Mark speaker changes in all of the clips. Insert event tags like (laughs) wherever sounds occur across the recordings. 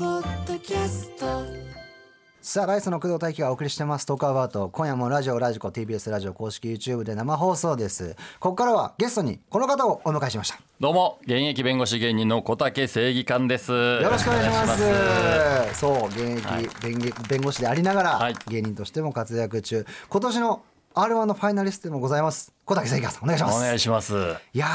Speaker 1: キャスト
Speaker 2: さあライスの工藤大輝がお送りしてますトークアバート今夜もラジオラジコ TBS ラジオ公式 YouTube で生放送ですここからはゲストにこの方をお迎えしました
Speaker 3: どうも現役弁護士芸人の小竹正義官です
Speaker 2: よろしくお願いします
Speaker 3: お願い
Speaker 2: そう現役、弁げ弁護士でありながら、
Speaker 3: はい
Speaker 2: 芸人としても活躍中今年の R1 のファイナリストでもございます小竹正義さんお願いし
Speaker 3: しま
Speaker 2: ますす
Speaker 3: お願いします
Speaker 2: いや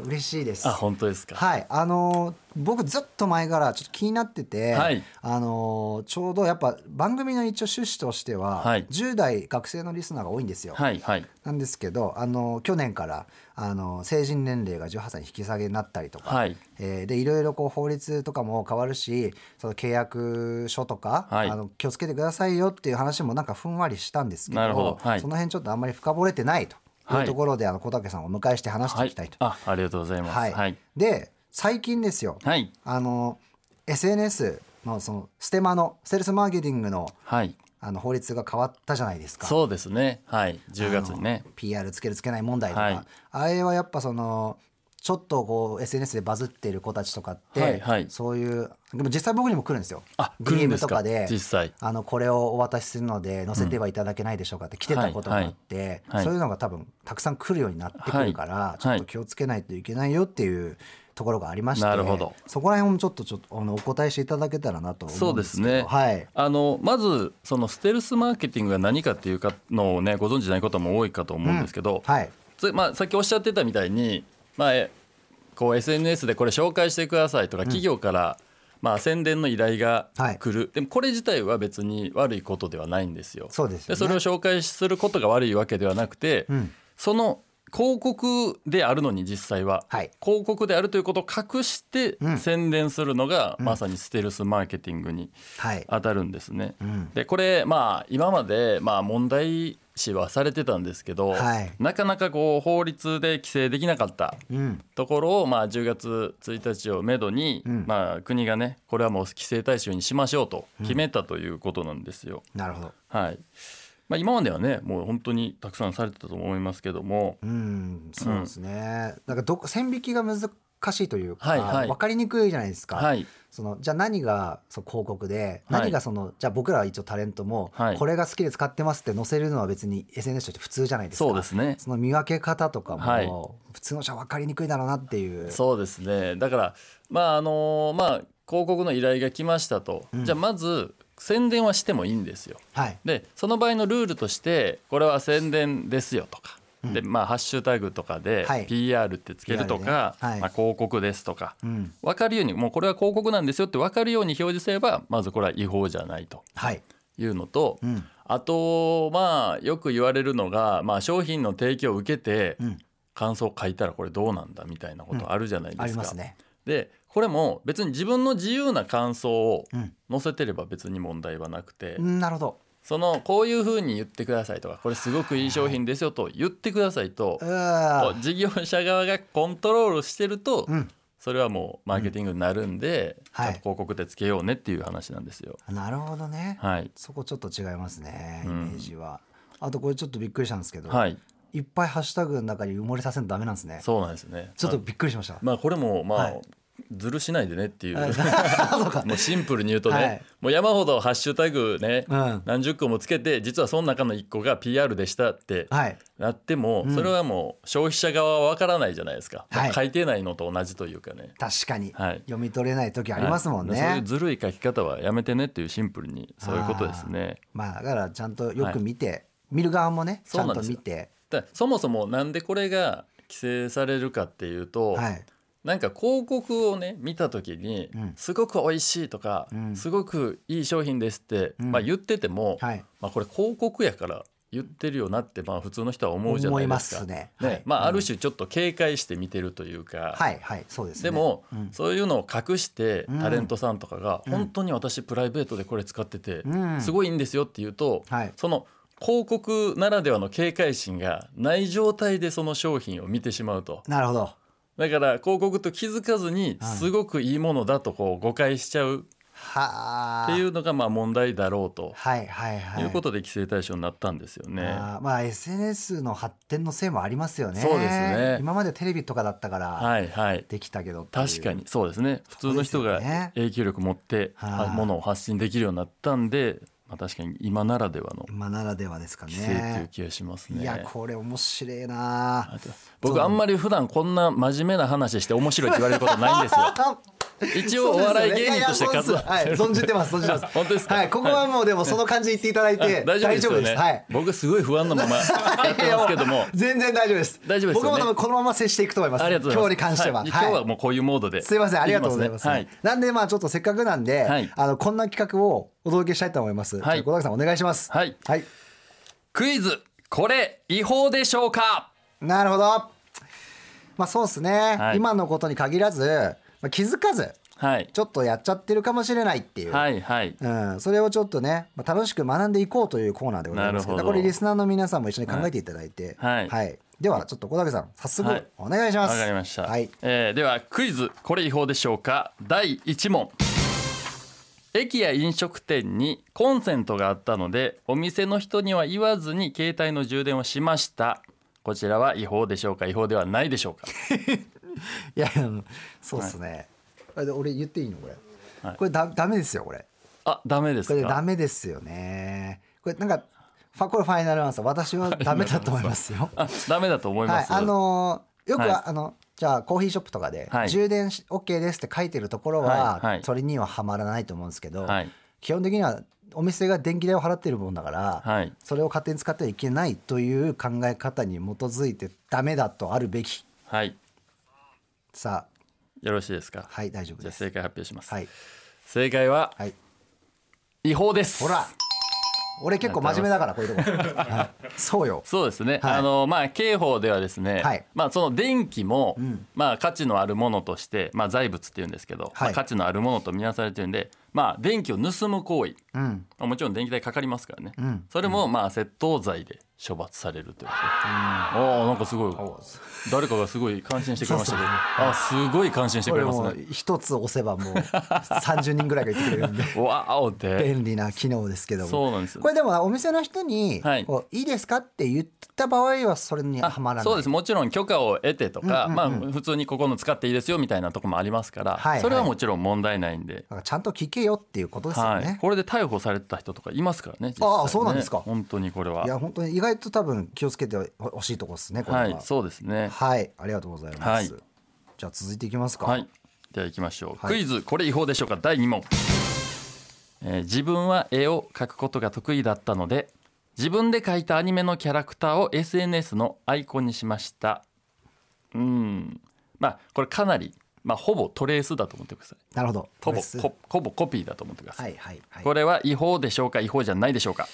Speaker 2: ー嬉しいです
Speaker 3: あ本当ですか、
Speaker 2: はいあのー僕ずっと前からちょっと気になってて、
Speaker 3: はい
Speaker 2: あのーちょうどやっぱ番組の一応趣旨としては、
Speaker 3: はい
Speaker 2: 10代学生のリスナーが多いんですよ、
Speaker 3: はいはい
Speaker 2: なんですけど、あの去年からあの成人年齢が18歳に引き下げになったりとか、
Speaker 3: はい
Speaker 2: えーでいろいろこう法律とかも変わるしその契約書とか、
Speaker 3: はい
Speaker 2: あの気をつけてくださいよっていう話もなんかふんわりしたんですけど
Speaker 3: なるほどはい
Speaker 2: その辺ちょっとあんまり深掘れてないとい
Speaker 3: は
Speaker 2: う
Speaker 3: い
Speaker 2: ところで、あの小竹さんをお迎えして話して
Speaker 3: はい
Speaker 2: きたいと。
Speaker 3: あありがとうございますはいはい、
Speaker 2: で最近ですよ、あの SNS のそのステマのステルスマーケティングの
Speaker 3: はい
Speaker 2: あの法律が変わったじゃないですか。
Speaker 3: そうですねはい10月にね
Speaker 2: あの PR つけるつけない問題とか、
Speaker 3: はい
Speaker 2: あれはやっぱそのちょっとこう SNS でバズってる子たちとかって、
Speaker 3: はいはい
Speaker 2: そういうでも実際僕にも来るんですよ
Speaker 3: あ来るんで
Speaker 2: DM
Speaker 3: す
Speaker 2: と
Speaker 3: か
Speaker 2: かで
Speaker 3: 実際
Speaker 2: あのこれをお渡しするので載せてはいただけないでしょうかって来てたことがあって、
Speaker 3: はいはい
Speaker 2: そういうのが多分たくさん来るようになってくるから、
Speaker 3: はい
Speaker 2: ちょっと気をつけないといけないよっていうところがありまして
Speaker 3: なるほど
Speaker 2: そこら辺もちょっとちょっとあのお答えしていただけたらなと思
Speaker 3: そう
Speaker 2: うん
Speaker 3: で
Speaker 2: ですすけど
Speaker 3: ね、
Speaker 2: はい、
Speaker 3: あのまずそのステルスマーケティングが何かっていうかのをねご存知ないことも多いかと思うんですけど、
Speaker 2: はい、
Speaker 3: つまあ、さっきおっしゃってたみたいに、まあ、えこう SNS でこれ紹介してくださいとか企業から、まあ、宣伝の依頼が
Speaker 2: はい
Speaker 3: 来る、でもこれ自体は別に悪いことではないんですよ。
Speaker 2: そうですよね
Speaker 3: でそれを紹介することが悪いわけではなくて、
Speaker 2: うん
Speaker 3: その広告であるのに実際は、
Speaker 2: はい
Speaker 3: 広告であるということを隠して
Speaker 2: うん
Speaker 3: 宣伝するのが、まさにステルスマーケティングに
Speaker 2: はい
Speaker 3: 当たるんですね。
Speaker 2: うん
Speaker 3: でこれまあ今までまあ問題視はされてたんですけど、
Speaker 2: はい
Speaker 3: なかなかこう法律で規制できなかった
Speaker 2: うん
Speaker 3: ところをまあ10月1日をめどに、
Speaker 2: うん
Speaker 3: まあ国がねこれはもう規制対象にしましょうと決めたということなんですよ。
Speaker 2: なるほど
Speaker 3: はい。まあ今まではねもう本当にたくさんされてたと思いますけども、
Speaker 2: うん、そうですね。なんかどこ線引きが難しいというか、
Speaker 3: はいはい
Speaker 2: 分かりにくいじゃないですか。
Speaker 3: はい
Speaker 2: そのじゃあ何がその広告で、
Speaker 3: はい
Speaker 2: 何がそのじゃあ僕らは一応タレントも、
Speaker 3: はい
Speaker 2: これが好きで使ってますって載せるのは別に SNS として普通じゃないですか。
Speaker 3: そうですね。
Speaker 2: その見分け方とかも、
Speaker 3: はい
Speaker 2: 普通の人は分かりにくいだろうなっていう。
Speaker 3: そうですねだからまああのまあ広告の依頼が来ましたと、
Speaker 2: うん
Speaker 3: じゃあまず宣伝はしてもいいんですよ。
Speaker 2: はい。
Speaker 3: でその場合のルールとしてこれは宣伝ですよとか、でまあ、ハッシュタグとかで
Speaker 2: はい
Speaker 3: PR ってつけるとか、
Speaker 2: PR ねはい
Speaker 3: まあ、広告ですとか
Speaker 2: うん。
Speaker 3: 分かるようにもうこれは広告なんですよって分かるように表示すればまずこれは違法じゃないと
Speaker 2: はい。
Speaker 3: いうのと、
Speaker 2: うん。
Speaker 3: あとまあよく言われるのが、まあ、商品の提供を受けて
Speaker 2: うん。
Speaker 3: 感想書いたらこれどうなんだみたいなことあるじゃないですか。
Speaker 2: ありますね。
Speaker 3: でこれも別に自分の自由な感想を
Speaker 2: うん
Speaker 3: 載せてれば別に問題はなくて。
Speaker 2: うん、なるほど。
Speaker 3: そのこういうふうに言ってくださいとかこれすごくいい商品ですよと言ってくださいと
Speaker 2: う
Speaker 3: こ
Speaker 2: ー
Speaker 3: う事業者側がコントロールしてると
Speaker 2: うん。
Speaker 3: それはもうマーケティングになるんでち
Speaker 2: は
Speaker 3: ゃ
Speaker 2: い
Speaker 3: んと広告でつけようねっていう話なんですよ。
Speaker 2: なるほどね。
Speaker 3: はい
Speaker 2: そこちょっと違いますね。イ
Speaker 3: う
Speaker 2: メ
Speaker 3: ん
Speaker 2: ージは。あとこれちょっとびっくりしたんですけど。
Speaker 3: はい
Speaker 2: いっぱいハッシュタグの中に埋もれさせるのダメなんですね。
Speaker 3: そうなんですね
Speaker 2: ちょっとびっくりしました。
Speaker 3: まあこれもま
Speaker 2: は
Speaker 3: あ
Speaker 2: い
Speaker 3: ずるしないでねっていう
Speaker 2: はい (laughs) そうか。
Speaker 3: (laughs) もうシンプルに言うとね、
Speaker 2: はい
Speaker 3: もう山ほどハッシュタグね、
Speaker 2: うん
Speaker 3: 何十個もつけて実はその中の1個が PR でしたって
Speaker 2: はい。
Speaker 3: なっても、
Speaker 2: うん
Speaker 3: それはもう消費者側は分からないじゃないですか、
Speaker 2: はい
Speaker 3: 書いてないのと同じというかね
Speaker 2: 確かに、
Speaker 3: はい
Speaker 2: 読み取れない時ありますもんね。
Speaker 3: はいそういうずるい書き方はやめてねっていうシンプルにそういうことですね
Speaker 2: まあだからちゃんとよく見て、見る側もねち
Speaker 3: そ
Speaker 2: ゃ
Speaker 3: うんなん
Speaker 2: と
Speaker 3: です
Speaker 2: 見
Speaker 3: よ
Speaker 2: て、
Speaker 3: だからそもそもなんでこれが規制されるかっていうと、
Speaker 2: はい。
Speaker 3: なんか広告をね見た時に、
Speaker 2: うん
Speaker 3: すごく美味しいとか、
Speaker 2: うん
Speaker 3: すごくいい商品ですって、
Speaker 2: うん
Speaker 3: まあ、言ってても、
Speaker 2: はい。
Speaker 3: まあ、これ広告やから言ってるよなってまあ普通の人は思うじゃ
Speaker 2: 思
Speaker 3: ないいで
Speaker 2: ます
Speaker 3: か。
Speaker 2: すね。はい
Speaker 3: ねまあ、ある種ちょっと警戒して見てるというか、
Speaker 2: はいはいそうです、ね。
Speaker 3: でも、
Speaker 2: うん
Speaker 3: そういうのを隠して
Speaker 2: うん
Speaker 3: タレントさんとかが、
Speaker 2: うん
Speaker 3: 本当に私プライベートでこれ使ってて、
Speaker 2: うん
Speaker 3: すごいいいんですよって言うと、
Speaker 2: はい
Speaker 3: その広告ならではの警戒心がない状態でその商品を見てしまうと
Speaker 2: なるほど。
Speaker 3: だから広告と気づかずに
Speaker 2: はい
Speaker 3: すごくいいものだとこう誤解しちゃう
Speaker 2: はあ
Speaker 3: っていうのがまあ問題だろうと
Speaker 2: はいはいはい
Speaker 3: いうことで規制対象になったんですよね。
Speaker 2: あーまあ SNS の発展のせいもありますよね
Speaker 3: そうですね
Speaker 2: 今までテレビとかだったから
Speaker 3: はいはい
Speaker 2: できたけどっていう
Speaker 3: 確かにそうですね普通の人
Speaker 2: そうですよね
Speaker 3: が影響力持って
Speaker 2: はい
Speaker 3: ものを発信できるようになったんで、まあ、確かに今ならではの
Speaker 2: 今ならではですか
Speaker 3: 規制っていう
Speaker 2: ね
Speaker 3: 気がします
Speaker 2: い
Speaker 3: ね。
Speaker 2: やこれ面白いな
Speaker 3: あと僕あんまり普段こんな真面目な話して面白いって言われることない
Speaker 2: (laughs)
Speaker 3: んですよ。
Speaker 2: あ
Speaker 3: 一応お笑い芸人として活動
Speaker 2: そうですよねいやいやそうですはい、存じてます存じてます
Speaker 3: (laughs) 本当ですか
Speaker 2: はい、ここはもうでもその感じで言っていただいて
Speaker 3: あ大丈夫ですよね。
Speaker 2: はい
Speaker 3: 僕すごい不安なままやってますけども。
Speaker 2: 全然大丈夫です
Speaker 3: 大丈夫ですよね
Speaker 2: 僕も多分このまま接していくと思います
Speaker 3: ありがとうございます。
Speaker 2: 今日に関しては、
Speaker 3: い今日はもうこういうモード
Speaker 2: (laughs)
Speaker 3: で。
Speaker 2: すいません、ありがとうございます。
Speaker 3: できね
Speaker 2: なんで、まあ、ちょっとせっかくなんで、
Speaker 3: はい
Speaker 2: あの、こんな企画をお届けしたいと思います。
Speaker 3: はい
Speaker 2: じゃあ小田さん、お願いします。
Speaker 3: はい。はい。
Speaker 2: はい。
Speaker 3: クイズ、これ違法でしょうか。
Speaker 2: なるほど。まあ、そうですね、
Speaker 3: はい
Speaker 2: 今のことに限らず、まあ、気づかず、
Speaker 3: はい。
Speaker 2: ちょっとやっちゃってるかもしれないっていう。
Speaker 3: はいはい。
Speaker 2: うん、それをちょっとね、まあ、楽しく学んでいこうというコーナーでございますけど
Speaker 3: なるほ
Speaker 2: こ
Speaker 3: ど
Speaker 2: れリスナーの皆さんも一緒に考えていただいて、
Speaker 3: はい
Speaker 2: ではちょっと小竹さん早
Speaker 3: は
Speaker 2: 速
Speaker 3: い
Speaker 2: お願いしま
Speaker 3: わ
Speaker 2: す。
Speaker 3: かりました。
Speaker 2: はい、
Speaker 3: えーではクイズ、これ違法でしょうか。第一問。駅や飲食店にコンセントがあったのでお店の人には言わずに携帯の充電をしましたこちらは違法でしょうか違法ではないでしょうか
Speaker 2: いやあのそうですね、あで俺言っていいのこれ、
Speaker 3: はい
Speaker 2: これだダメですよこれ
Speaker 3: あ、ダメです
Speaker 2: これ
Speaker 3: か。
Speaker 2: ダメですよねこれなんかファこれファイナルアンサー私はダメだと思いますよ
Speaker 3: あ、ダメだと思い
Speaker 2: は
Speaker 3: ま
Speaker 2: い
Speaker 3: す。
Speaker 2: あのーよくは、
Speaker 3: はい
Speaker 2: あのじゃあコーヒーショップとかで、
Speaker 3: はい
Speaker 2: 充電し OK ですって書いてるところは、
Speaker 3: はいはい
Speaker 2: それにははまらないと思うんですけど、
Speaker 3: はい
Speaker 2: 基本的にはお店が電気代を払ってるもんだから、
Speaker 3: はい
Speaker 2: それを勝手に使ってはいけないという考え方に基づいてダメだとあるべき
Speaker 3: はい、
Speaker 2: さあ
Speaker 3: よろしいですか。
Speaker 2: はい大丈夫
Speaker 3: じゃ
Speaker 2: で
Speaker 3: あ
Speaker 2: す
Speaker 3: 正解発表します。
Speaker 2: はい
Speaker 3: 正解は
Speaker 2: はい
Speaker 3: 違法です。
Speaker 2: ほら。俺結構真面目だからこういうと
Speaker 3: (laughs)
Speaker 2: こ、はいそうよ
Speaker 3: そうですね、
Speaker 2: はい
Speaker 3: あのまあ刑法ではですね、
Speaker 2: はい
Speaker 3: まあその電気も、
Speaker 2: ん
Speaker 3: まあ価値のあるものとして、まあ財物っていうんですけど、
Speaker 2: はい
Speaker 3: まあ価値のあるものと見なされてるんで、まあ電気を盗む行為、
Speaker 2: うん
Speaker 3: まあもちろん電気代かかりますからね。
Speaker 2: うん
Speaker 3: それもまあ窃盗罪で処罰されるということで。おおなんかすごい
Speaker 2: お
Speaker 3: 誰かがすごい感心してくれましたけど、
Speaker 2: そう
Speaker 3: あすごい感心して
Speaker 2: こ
Speaker 3: く
Speaker 2: れ
Speaker 3: れます
Speaker 2: もう
Speaker 3: ね。
Speaker 2: 一つ押せば
Speaker 3: (laughs)
Speaker 2: もう30人ぐらいが言ってくれるんで
Speaker 3: わおって。
Speaker 2: 便利な機能ですけども
Speaker 3: そうなんですよ
Speaker 2: これでもお店の人に
Speaker 3: はい
Speaker 2: こういいですか?」って言った場合はそれに
Speaker 3: あ
Speaker 2: はまらない
Speaker 3: そうですもちろん許可を得てとか、
Speaker 2: うんうんうん
Speaker 3: まあ、普通にここの使っていいですよみたいなとこもありますから、
Speaker 2: はいはい
Speaker 3: それはもちろん問題ないんで、
Speaker 2: だからちゃんと聞けよっていうことですよ
Speaker 3: は
Speaker 2: ね、
Speaker 3: い、これで逮捕された人とかいますからね実際
Speaker 2: ああ
Speaker 3: ね
Speaker 2: そうなんですか
Speaker 3: 本当にこれはい
Speaker 2: や本当に意外と多分気をつけてほしいとこですねこれは、
Speaker 3: はいそうですね
Speaker 2: はいありがとうございます、
Speaker 3: はい
Speaker 2: じゃあ続いていきますか
Speaker 3: はいでは行きましょう、
Speaker 2: はい
Speaker 3: クイズこれ違法でしょうか第2問、えー自分は絵を描くことが得意だったので自分で描いたアニメのキャラクターを SNS のアイコンにしましたうんまあこれかなり、まあ、ほぼトレースだと思ってください
Speaker 2: なるほど
Speaker 3: ほぼ
Speaker 2: レス
Speaker 3: こほぼコピーだと思ってくださ
Speaker 2: は
Speaker 3: い、
Speaker 2: いはいはい
Speaker 3: これは違法でしょうか違法じゃないでしょうか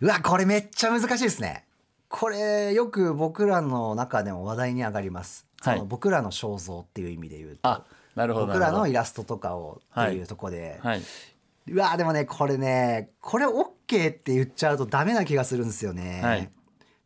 Speaker 2: うわこれめっちゃ難しいですねこれよく僕らの中でも話題に上がります、
Speaker 3: はい
Speaker 2: その僕らの肖像っていう意味で言うと
Speaker 3: あなるほど
Speaker 2: 僕らの
Speaker 3: な
Speaker 2: イ
Speaker 3: る
Speaker 2: ラストとかをっていうとこで、
Speaker 3: ほどはいう
Speaker 2: わでもねこれねこれ OK って言っちゃうとダメな気がするんですよね、
Speaker 3: はい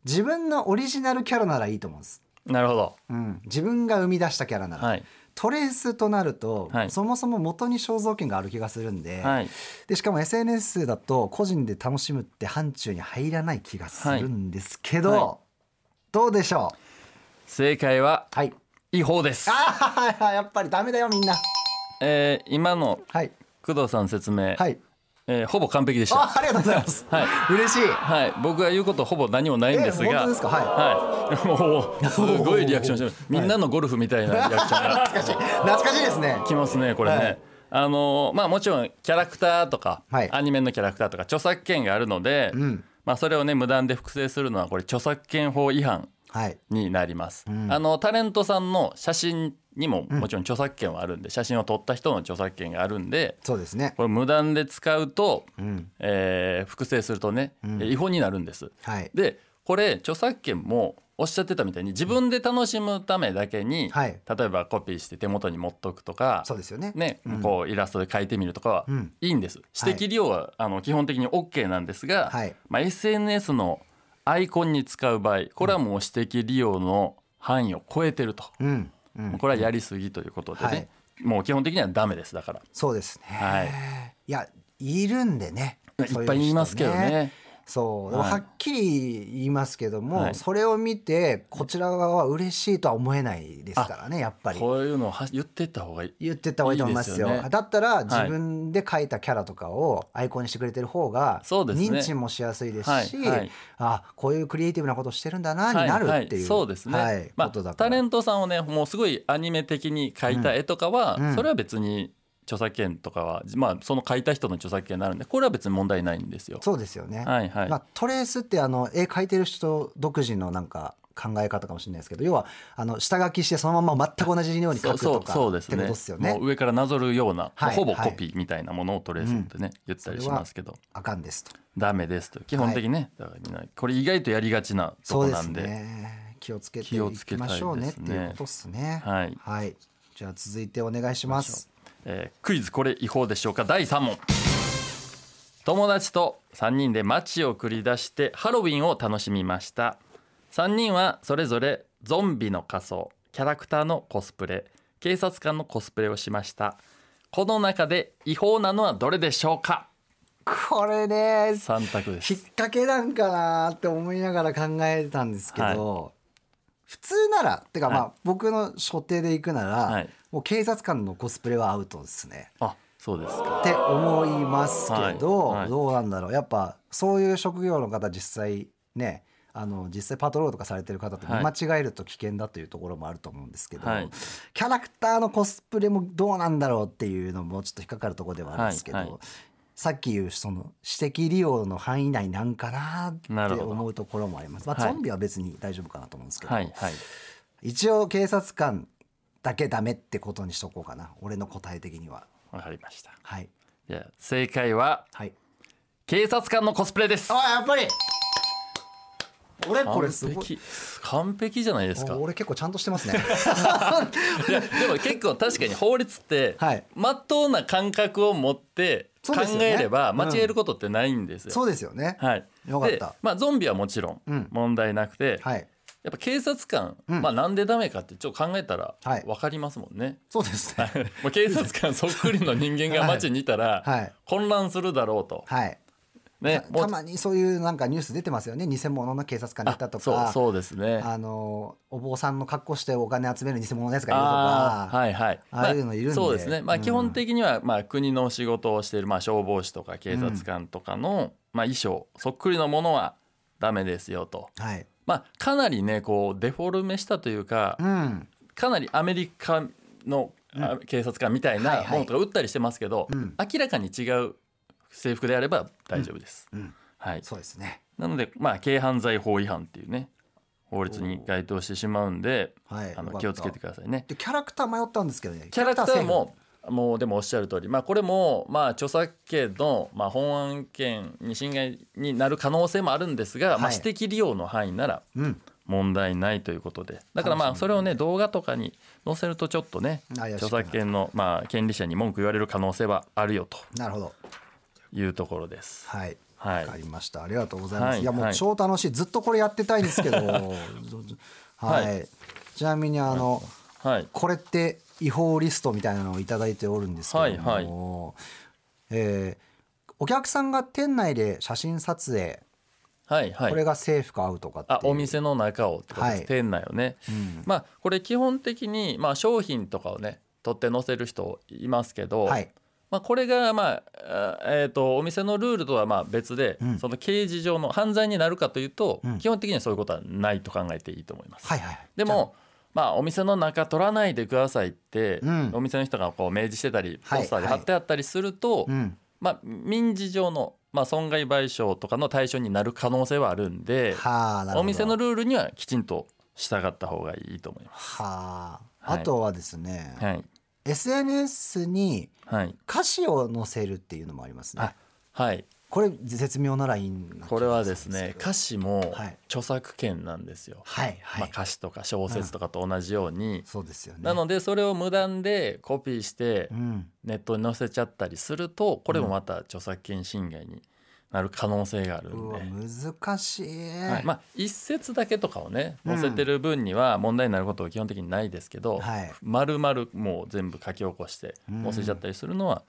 Speaker 2: 自分のオリジナルキャラならいいと思うんです、
Speaker 3: なるほど
Speaker 2: うん、自分が生み出したキャラなら、
Speaker 3: はい
Speaker 2: トレースとなると、
Speaker 3: はい
Speaker 2: そもそも元に肖像権がある気がするんで,、
Speaker 3: はい
Speaker 2: でしかも SNS だと個人で楽しむって範疇に入らない気がするんですけど、
Speaker 3: はいはい
Speaker 2: どうでしょう
Speaker 3: 正解は
Speaker 2: はい
Speaker 3: 違法です、
Speaker 2: ああやっぱりダメだよみんな
Speaker 3: えー今の
Speaker 2: はい
Speaker 3: 工藤さん説明、
Speaker 2: はい
Speaker 3: えーほぼ完璧でした
Speaker 2: あありがとうございます、
Speaker 3: はい
Speaker 2: 嬉しい
Speaker 3: はい僕が言うことほぼ何もないんですが、
Speaker 2: えー本当ですかはい
Speaker 3: はい (laughs) もうすごいリアクションして
Speaker 2: (laughs)
Speaker 3: ますみんなのゴルフみたいなリアクションが
Speaker 2: 懐かしい懐かしいですね
Speaker 3: きますねこれね、
Speaker 2: はい
Speaker 3: あのーまあもちろんキャラクターとか、
Speaker 2: はい
Speaker 3: アニメのキャラクターとか著作権があるので、
Speaker 2: うん
Speaker 3: まあ、それをね無断で複製するのはこれ著作権法違反
Speaker 2: はい
Speaker 3: になります、
Speaker 2: ん
Speaker 3: あのタレントさんの写真にももちろん著作権はあるんで、写真を撮った人の著作権があるんで
Speaker 2: そうですね
Speaker 3: これ無断で使うと、
Speaker 2: うん
Speaker 3: えー複製するとね、
Speaker 2: ん
Speaker 3: 違法になるんです。
Speaker 2: はい
Speaker 3: でこれ著作権もおっしゃってたみたいに自分で楽しむためだけに、
Speaker 2: はい
Speaker 3: 例えばコピーして手元に持っとくとか
Speaker 2: そうですよね
Speaker 3: ねこうイラストで描いてみるとかは
Speaker 2: うん
Speaker 3: いいんです、指摘利用はあの基本的に OK なんですが、
Speaker 2: はい
Speaker 3: まあ、SNS のアイコンに使う場合これはもう指摘利用の範囲を超えてると、
Speaker 2: うんうん
Speaker 3: これはやりすぎということでね、
Speaker 2: はい
Speaker 3: もう基本的にはダメですだから
Speaker 2: そうですね、
Speaker 3: はい
Speaker 2: いやいるんでね
Speaker 3: いっぱい言いますけ
Speaker 2: そ
Speaker 3: ど
Speaker 2: うう人
Speaker 3: ね
Speaker 2: そうでも
Speaker 3: はい
Speaker 2: はっきり言いますけども、
Speaker 3: はい
Speaker 2: それを見てこちら側は嬉しいとは思えないですからねやっぱり
Speaker 3: こういうのをは言ってった方がいい
Speaker 2: 言ってった方がいいと思いますよ
Speaker 3: いいですよね
Speaker 2: だったら自分で描いたキャラとかをアイコンにしてくれてる方が
Speaker 3: そうですね
Speaker 2: 認知もしやすいですし、
Speaker 3: はいはい
Speaker 2: あこういうクリエイティブなことしてるんだなに
Speaker 3: はい
Speaker 2: なるって
Speaker 3: はい
Speaker 2: いう、
Speaker 3: そうですね、
Speaker 2: はい
Speaker 3: ま
Speaker 2: こと
Speaker 3: あ、
Speaker 2: だか
Speaker 3: タ
Speaker 2: ら
Speaker 3: レントさんをねもうすごいアニメ的に描いた絵とかは、
Speaker 2: うんうん
Speaker 3: それは別に著作権とかは、まあ、その描いた人の著作権になるんでこれは別に問題ないんですよ。
Speaker 2: そうですよね、
Speaker 3: はいはい、
Speaker 2: まあ、トレースってあの絵描いてる人独自のなんか考え方かもしれないですけど要はあの下書きしてそのまま全く同じように描くとか
Speaker 3: そうそうそうで
Speaker 2: っ
Speaker 3: す
Speaker 2: て
Speaker 3: ね
Speaker 2: ことですよね
Speaker 3: もう上からなぞるような、
Speaker 2: はい
Speaker 3: ほぼコピーみたいなものをトレースってね、言ったりしますけど
Speaker 2: あかんですと
Speaker 3: ダメですと基本的にね、だからみんなこれ意外とやりがちなと
Speaker 2: そ
Speaker 3: こ
Speaker 2: うで
Speaker 3: な
Speaker 2: す
Speaker 3: んで
Speaker 2: ね気をつけて
Speaker 3: 気を
Speaker 2: い
Speaker 3: つ
Speaker 2: き
Speaker 3: け
Speaker 2: ま
Speaker 3: たいですね
Speaker 2: しょうねっていうことですね
Speaker 3: はい
Speaker 2: はい、じゃあ続いてお願いします
Speaker 3: えークイズこれ違法でしょうか第3問友達と3人で街を繰り出してハロウィンを楽しみました3人はそれぞれゾンビの仮装キャラクターのコスプレ警察官のコスプレをしましたこの中で違法なのはどれでしょうか
Speaker 2: これね
Speaker 3: 3択です
Speaker 2: 引っ掛けなんかなーって思いながら考えてたんですけど、普通ならてかまあ、
Speaker 3: は
Speaker 2: 僕の所定で行くなら、
Speaker 3: はい
Speaker 2: もう警察官のコスプレはアウトですね
Speaker 3: あそうですか
Speaker 2: って思いますけど、
Speaker 3: はいはい
Speaker 2: どうなんだろうやっぱそういう職業の方実際ねあの実際パトロールとかされてる方って見
Speaker 3: はい
Speaker 2: 間違えると危険だというところもあると思うんですけど、
Speaker 3: はい
Speaker 2: キャラクターのコスプレもどうなんだろうっていうのもちょっと引っかかるところではあるんですけど、
Speaker 3: はいはい
Speaker 2: さっき言うその私的利用の範囲内なんかな
Speaker 3: な
Speaker 2: っ
Speaker 3: る
Speaker 2: て
Speaker 3: ほど
Speaker 2: 思うところもあります、まあ、
Speaker 3: はい
Speaker 2: ゾンビは別に大丈夫かなと思うんですけど、
Speaker 3: はいはい
Speaker 2: 一応警察官だけダメってことにしとこうかな俺の答え的には
Speaker 3: わかりました
Speaker 2: はい
Speaker 3: じゃあ正解は
Speaker 2: はい
Speaker 3: 警察官のコスプレです
Speaker 2: あやっぱり俺こ
Speaker 3: 完
Speaker 2: れすごい
Speaker 3: 璧完璧じゃないですか
Speaker 2: お俺結構ちゃんとしてます
Speaker 3: (laughs)
Speaker 2: ね
Speaker 3: いやでも結構確かに法律って
Speaker 2: はい
Speaker 3: まっとうな感覚を持って
Speaker 2: そ
Speaker 3: 考
Speaker 2: うですよね
Speaker 3: えれば
Speaker 2: うん
Speaker 3: 間違えることってないんですよ。
Speaker 2: そうですよね
Speaker 3: はい、
Speaker 2: よかった
Speaker 3: で、まあ、ゾンビはもちろ
Speaker 2: うん
Speaker 3: ん問題なくて、や
Speaker 2: はい
Speaker 3: っぱ警察官、
Speaker 2: うん
Speaker 3: まあ、なんでダメかってちょっと考えたら
Speaker 2: はい
Speaker 3: 分かりますもんね。 (laughs)
Speaker 2: そうですね
Speaker 3: もう警察官そっくりの人間が街にいたら
Speaker 2: はい
Speaker 3: 混乱するだろうと。
Speaker 2: はい
Speaker 3: ね、
Speaker 2: た
Speaker 3: も
Speaker 2: た
Speaker 3: う
Speaker 2: まにそういうなんかニュース出てますよね偽物の警察官だったとか
Speaker 3: そうそうですね。
Speaker 2: あのお坊さんの格好してお金集める偽物のやつがいると
Speaker 3: あー
Speaker 2: か、
Speaker 3: はいはい、
Speaker 2: ああいうのいるんで
Speaker 3: まあそうですね、ま
Speaker 2: う
Speaker 3: あ、
Speaker 2: ん
Speaker 3: 基本的には、まあ、国の仕事をしている、まあ、消防士とか警察官とかの、まあ、衣装そっくりのものはダメですよと、
Speaker 2: はい
Speaker 3: まあ、かなりねこうデフォルメしたというか
Speaker 2: うん
Speaker 3: かなりアメリカのあ警察官みたい
Speaker 2: はい
Speaker 3: な
Speaker 2: はい
Speaker 3: ものとか打ったりしてますけど、
Speaker 2: うん
Speaker 3: 明らかに違う制服であれば大丈夫です。
Speaker 2: うんうん
Speaker 3: はい、
Speaker 2: そうですね
Speaker 3: なので、まあ、軽犯罪法違反っていうね法律に該当してしまうんで
Speaker 2: はい
Speaker 3: あ
Speaker 2: よか
Speaker 3: の
Speaker 2: った
Speaker 3: 気をつけてくださいね。
Speaker 2: でキャラクター迷ったんですけどね
Speaker 3: キャラクター
Speaker 2: セフ
Speaker 3: ももうでもおっしゃる通り、まあ、これもまあ著作権のまあ本案権に侵害になる可能性もあるんですが、ま
Speaker 2: は
Speaker 3: あ、
Speaker 2: い
Speaker 3: 私的利用の範囲なら
Speaker 2: うん
Speaker 3: 問題ないということでだからまあそれをね動画とかに載せるとちょっとね
Speaker 2: 怪しくなる
Speaker 3: 著作権のまあ権利者に文句言われる可能性はあるよと
Speaker 2: なるほど
Speaker 3: いうところです。
Speaker 2: はい
Speaker 3: はい
Speaker 2: わかりました。ありがとうございます。、
Speaker 3: はいい
Speaker 2: やも
Speaker 3: は
Speaker 2: う
Speaker 3: い
Speaker 2: 超楽しい。ずっとこれやってたいんですけ
Speaker 3: (laughs)
Speaker 2: ど。どはい、
Speaker 3: は
Speaker 2: ちなみにあの、
Speaker 3: はい、
Speaker 2: これって違法リストみたいなのをいただいておるんですけども、
Speaker 3: はい
Speaker 2: えーお客さんが店内で写真撮影、
Speaker 3: はい、はい
Speaker 2: これがセーフかアウトかっていう
Speaker 3: あお店の中をってことです、
Speaker 2: はい
Speaker 3: 店内をね、
Speaker 2: うん
Speaker 3: まあこれ基本的にまあ商品とかをね取って載せる人いますけど、
Speaker 2: はい
Speaker 3: まあ、これが、まああえー、とお店のルールとはまあ別で、
Speaker 2: うん
Speaker 3: その刑事上の犯罪になるかというと、
Speaker 2: うん
Speaker 3: 基本的にはそういうことはないと考えていいと思います。
Speaker 2: はいはいはい。
Speaker 3: でもまあ、お店の中取らないでくださいって、
Speaker 2: うん
Speaker 3: お店の人がこう明示してたり
Speaker 2: はい
Speaker 3: ポスターで貼ってあったりすると、
Speaker 2: じゃあ、うん、
Speaker 3: まあ、民事上の、まあ、損害賠償とかの対象になる可能性はあるんで、
Speaker 2: はあ、なるほど。
Speaker 3: お店のルールにはきちんと従った方がいいと思います。
Speaker 2: はあ、
Speaker 3: はい
Speaker 2: あとはですね、
Speaker 3: はい、
Speaker 2: SNS に
Speaker 3: はい、
Speaker 2: 歌詞を載せるっていうのもありますね。
Speaker 3: あはい、
Speaker 2: これ絶妙なラインな気が
Speaker 3: これはです
Speaker 2: るん
Speaker 3: ね
Speaker 2: けど
Speaker 3: 歌詞も
Speaker 2: はい
Speaker 3: 著作権なんですよ、
Speaker 2: はいはい、
Speaker 3: まあ、歌詞とか小説とかと同じように、
Speaker 2: そうですよね
Speaker 3: なのでそれを無断でコピーして
Speaker 2: うん
Speaker 3: ネットに載せちゃったりするとこれもまた著作権侵害になる可能性がある
Speaker 2: うんわ
Speaker 3: で。
Speaker 2: 難しい、
Speaker 3: はい、まあ一節だけとかをね載せてる分には問題になることは基本的にないですけど、
Speaker 2: はい
Speaker 3: 丸々もう全部書き起こして
Speaker 2: うん
Speaker 3: 載せちゃったりするのは、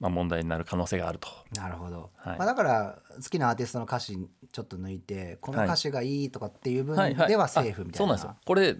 Speaker 3: まあ、問題になる可能性があると。
Speaker 2: なるほど、
Speaker 3: はい
Speaker 2: まあ、だから好きなアーティストの歌詞ちょっと抜いてこの歌詞がいいとかっていう分
Speaker 3: はいはい、
Speaker 2: ではセーフみたいな、
Speaker 3: あそうなんですよこれ、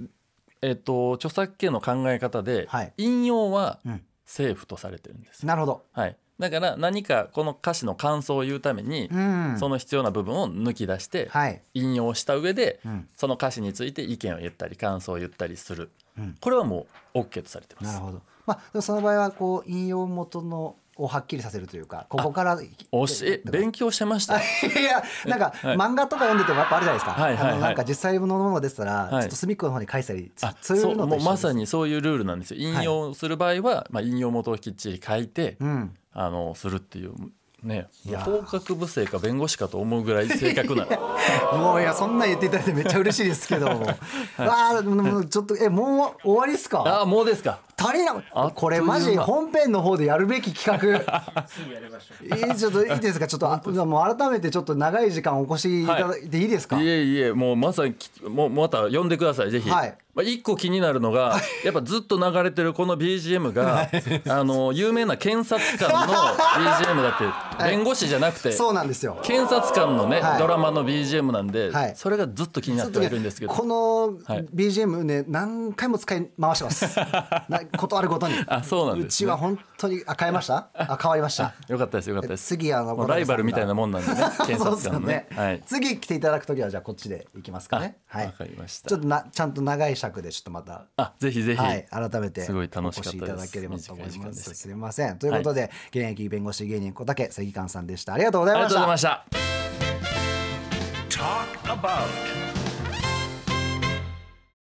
Speaker 3: えっと著作権の考え方で、
Speaker 2: はい
Speaker 3: 引用は
Speaker 2: うん
Speaker 3: セーフとされてるんです。
Speaker 2: なるほど、
Speaker 3: はい、だから何かこの歌詞の感想を言うために、
Speaker 2: うん、
Speaker 3: その必要な部分を抜き出して、
Speaker 2: はい、
Speaker 3: 引用した上で、
Speaker 2: うん
Speaker 3: その歌詞について意見を言ったり感想を言ったりする、
Speaker 2: うん
Speaker 3: これはもう OK とされてま
Speaker 2: なる
Speaker 3: す
Speaker 2: ほどまあでもその場合はこう引用元のをはっきりさせるというかここから
Speaker 3: おしえ勉強してました
Speaker 2: いやなんか
Speaker 3: はい
Speaker 2: 漫画とか読んでてもやっぱあるじゃないですか、
Speaker 3: はいはいはい
Speaker 2: あのなんか実際のものが出てたら、
Speaker 3: はい
Speaker 2: ちょっと隅っこの方に返したり
Speaker 3: あ
Speaker 2: そういうのと
Speaker 3: もう
Speaker 2: 一緒
Speaker 3: まさ
Speaker 2: に、
Speaker 3: にそういうルールなんですよ引用する場合は、まあ、引用元をきっちり書いて、
Speaker 2: うん、
Speaker 3: あのするっていうね
Speaker 2: いやー
Speaker 3: 法学部生か弁護士かと思うぐらい正確な
Speaker 2: もういやそんなん言っていただいてめっちゃ嬉しいですけど
Speaker 3: (laughs)
Speaker 2: も、わあでもちょっとえもう終わりですか
Speaker 3: ああもうですか
Speaker 2: 足りな
Speaker 3: あっという間
Speaker 2: これマジ本編の方でやるべき企画
Speaker 3: (laughs)
Speaker 2: いいちょっといいですかちょっとあもう改めてちょっと長い時間お越しいただいていいですか、
Speaker 3: いえいえもうまさにきもうまた呼んでくださいぜひ、
Speaker 2: はい
Speaker 3: まあ、一個気になるのがやっぱずっと流れてるこの BGM
Speaker 2: (laughs)
Speaker 3: があの有名な検察官の BGM だって弁護士じゃなくて
Speaker 2: そうなんですよ
Speaker 3: 検察官のね、
Speaker 2: はい
Speaker 3: ドラマの BGM なんで、
Speaker 2: はい
Speaker 3: それがずっと気になってはいるんですけど
Speaker 2: この
Speaker 3: はい
Speaker 2: BGM ね何回も使い回して
Speaker 3: (laughs)
Speaker 2: ます、なことあることに
Speaker 3: あそうなんです
Speaker 2: うち
Speaker 3: ね
Speaker 2: は本当にあ変えま
Speaker 3: (laughs)
Speaker 2: したあ変わりました
Speaker 3: よかったですよかったです
Speaker 2: 次あの
Speaker 3: もうライバルみたいなもんなんでね検
Speaker 2: (laughs) そう
Speaker 3: 察
Speaker 2: ですよ
Speaker 3: 官のね
Speaker 2: ね、
Speaker 3: はい
Speaker 2: 次来ていただくときはじゃあこっちでいきますかね
Speaker 3: あ
Speaker 2: はい
Speaker 3: わかりました
Speaker 2: ちょっとなちゃんと長い尺でちょっとまた
Speaker 3: あぜひぜひ、
Speaker 2: はい、改めて
Speaker 3: すごい楽しかっ
Speaker 2: お越
Speaker 3: たです
Speaker 2: いただければと思い
Speaker 3: 短い時間
Speaker 2: ま。
Speaker 3: ですす
Speaker 2: すみません。ということで、現役弁護士芸人小竹正義感さんでした。ありがとうござ
Speaker 3: あ
Speaker 2: い
Speaker 3: り
Speaker 2: ま
Speaker 3: がと
Speaker 2: し
Speaker 3: うござい
Speaker 2: た
Speaker 3: ま。した
Speaker 1: Talk about